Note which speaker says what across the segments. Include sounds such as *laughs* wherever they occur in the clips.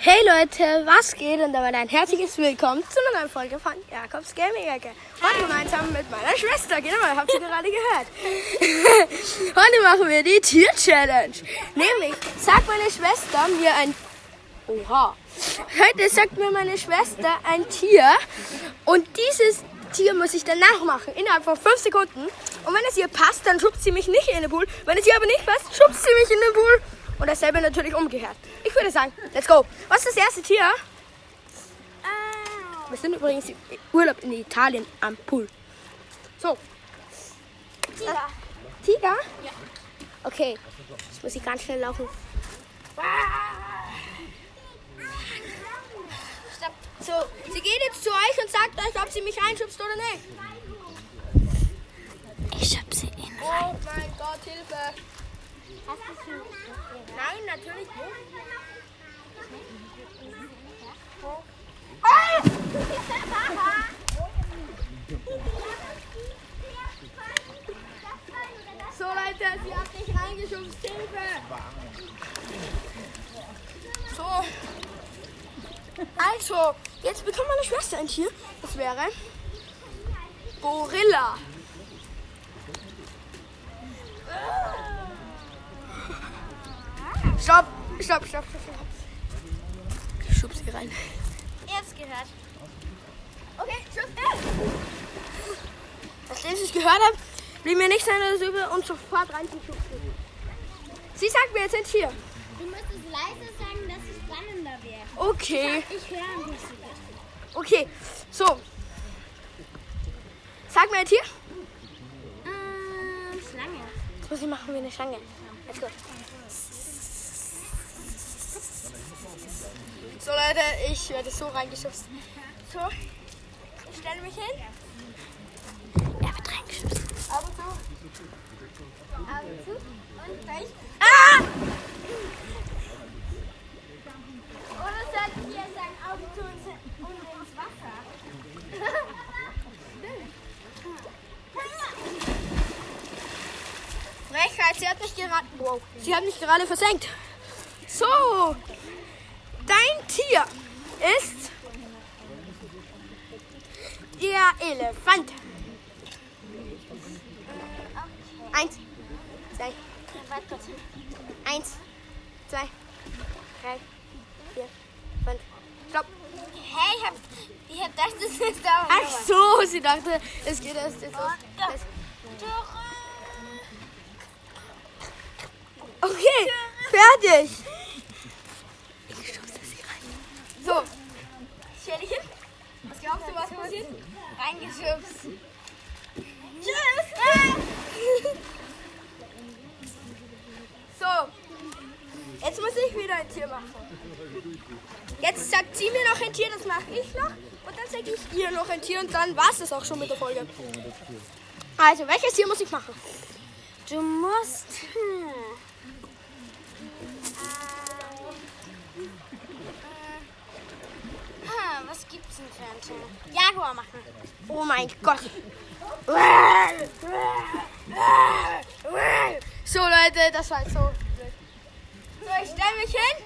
Speaker 1: Hey Leute, was geht? Und damit ein herzliches Willkommen zu einer neuen Folge von Jakobs Gaming Ecke. Heute gemeinsam mit meiner Schwester, genau, habt ihr gerade gehört. *laughs* Heute machen wir die Tier Challenge. Nämlich sagt meine Schwester mir ein. Oha. Heute sagt mir meine Schwester ein Tier und dieses Tier muss ich dann nachmachen innerhalb von 5 Sekunden. Und wenn es ihr passt, dann schubst sie mich nicht in den Pool. Wenn es ihr aber nicht passt, schubst sie mich in den Pool. Und dasselbe natürlich umgekehrt. Ich würde sagen, let's go. Was ist das erste Tier? Wir sind übrigens im Urlaub in Italien am Pool. So. Tiger. Tiger? Ja. Okay. Jetzt muss ich ganz schnell laufen. So, sie geht jetzt zu euch und sagt euch, ob sie mich reinschubst oder nicht.
Speaker 2: Ich hab sie in.
Speaker 1: Oh mein Gott, Hilfe! Nein, natürlich nicht. So Leute, sie hat mich reingeschubst. Hilfe! So. Also, jetzt bekommt meine Schwester ein Tier. Das wäre Gorilla. Stopp, stopp, stopp, stopp, stopp. Ich schub sie rein.
Speaker 2: Ihr habt's gehört.
Speaker 1: Okay, tschüss. Nachdem ich es gehört habe, blieb mir nichts anderes übrig und sofort rein zum Schubsen. Sie sagt mir jetzt ein Tier.
Speaker 2: Du müsstest leise sagen, dass es spannender wäre.
Speaker 1: Okay,
Speaker 2: Ich höre nicht so gut.
Speaker 1: okay. So. Sag mir ein Tier.
Speaker 2: Ähm, Schlange.
Speaker 1: Jetzt muss ich machen wie eine Schlange. Let's go. So Leute, ich werde so reingeschubst. So, ich stelle mich hin.
Speaker 2: Er wird reingeschubst.
Speaker 1: Ab und zu. Ab und zu. Und gleich. Ah!
Speaker 2: Oder sollten wir sagen, Augen zu uns und um ins Wasser?
Speaker 1: Frechheit, sie hat mich gerade. Wow. Sie hat mich gerade versenkt. So. Dein Tier ist. Der Elefant. Eins, zwei,
Speaker 2: Warte kurz.
Speaker 1: eins, zwei, drei, vier, fünf. Stopp.
Speaker 2: *laughs* Hey, ich hab, ich hab gedacht, das ist da.
Speaker 1: Ach so, sie dachte, es geht erst jetzt los. Das- Okay, fertig. Ich schubse sie rein. So, stell dich hin. Was glaubst du, was passiert?
Speaker 2: Reingeschubst.
Speaker 1: Tschüss. *laughs* So, jetzt muss ich wieder ein Tier machen. Jetzt sagt sie mir noch ein Tier, das mache ich noch. Und dann sage ich ihr noch ein Tier und dann war es das auch schon mit der Folge. Also, welches Tier muss ich machen?
Speaker 2: Du musst. Hm. Hm, was gibt's denn für ein Thema? Jaguar machen.
Speaker 1: Oh mein Gott. So Leute, das war jetzt so. blöd. So, ich stelle mich hin.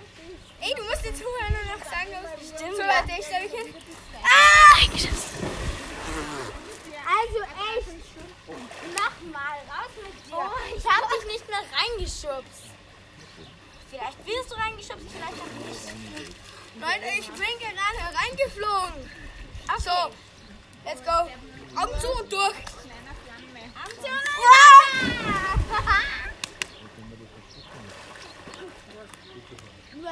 Speaker 1: Ey, du musst jetzt zuhören und noch sagen, ob es stimmt. So Leute, ich stelle mich hin. Ah!
Speaker 2: Also echt. Nochmal, raus mit dir.
Speaker 1: Oh,
Speaker 2: ich hab dich nicht mehr reingeschubst. Vielleicht wirst du reingeschubst, vielleicht auch nicht.
Speaker 1: Leute, ich bin gerade reingeflogen. Ach so, let's go. Augen zu und durch.
Speaker 2: *laughs*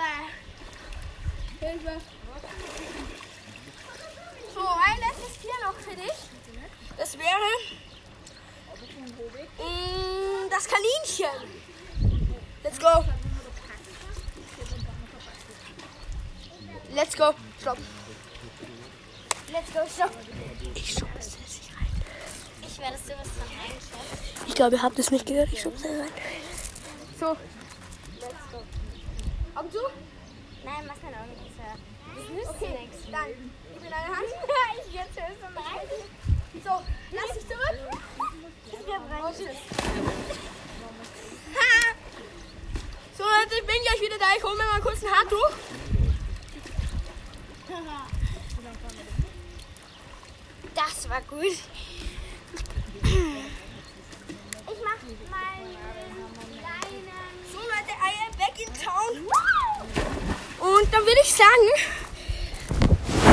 Speaker 1: So, ein letztes Tier noch für dich. Das wäre mm, das Kaninchen. Let's go. Let's go. Stopp.
Speaker 2: Let's go, stopp.
Speaker 1: Ich schubse sie rein.
Speaker 2: Ich werde sowas von reingeschubst.
Speaker 1: Ich glaube, ihr habt es nicht gehört. Ich schubse sie rein. So,
Speaker 2: Let's go.
Speaker 1: Augen zu.
Speaker 2: Nein, mach keine Augen Das nützt okay.
Speaker 1: Okay,
Speaker 2: nichts.
Speaker 1: dann. Ich bin eine
Speaker 2: *laughs*
Speaker 1: Hand.
Speaker 2: ich jetzt höre so rein.
Speaker 1: So, lass dich zurück.
Speaker 2: Ich hab reingeschubst.
Speaker 1: So, Leute, ich bin gleich wieder da. Ich hole mir mal kurz ein Handtuch.
Speaker 2: war gut. Ich mach mal deinen.
Speaker 1: So Leute, I am back in town. Und dann würde ich sagen,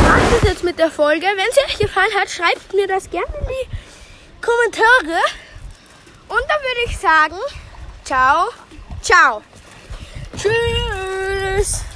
Speaker 1: war's das jetzt mit der Folge. Wenn sie euch gefallen hat, schreibt mir das gerne in die Kommentare. Und dann würde ich sagen, ciao, ciao. Tschüss.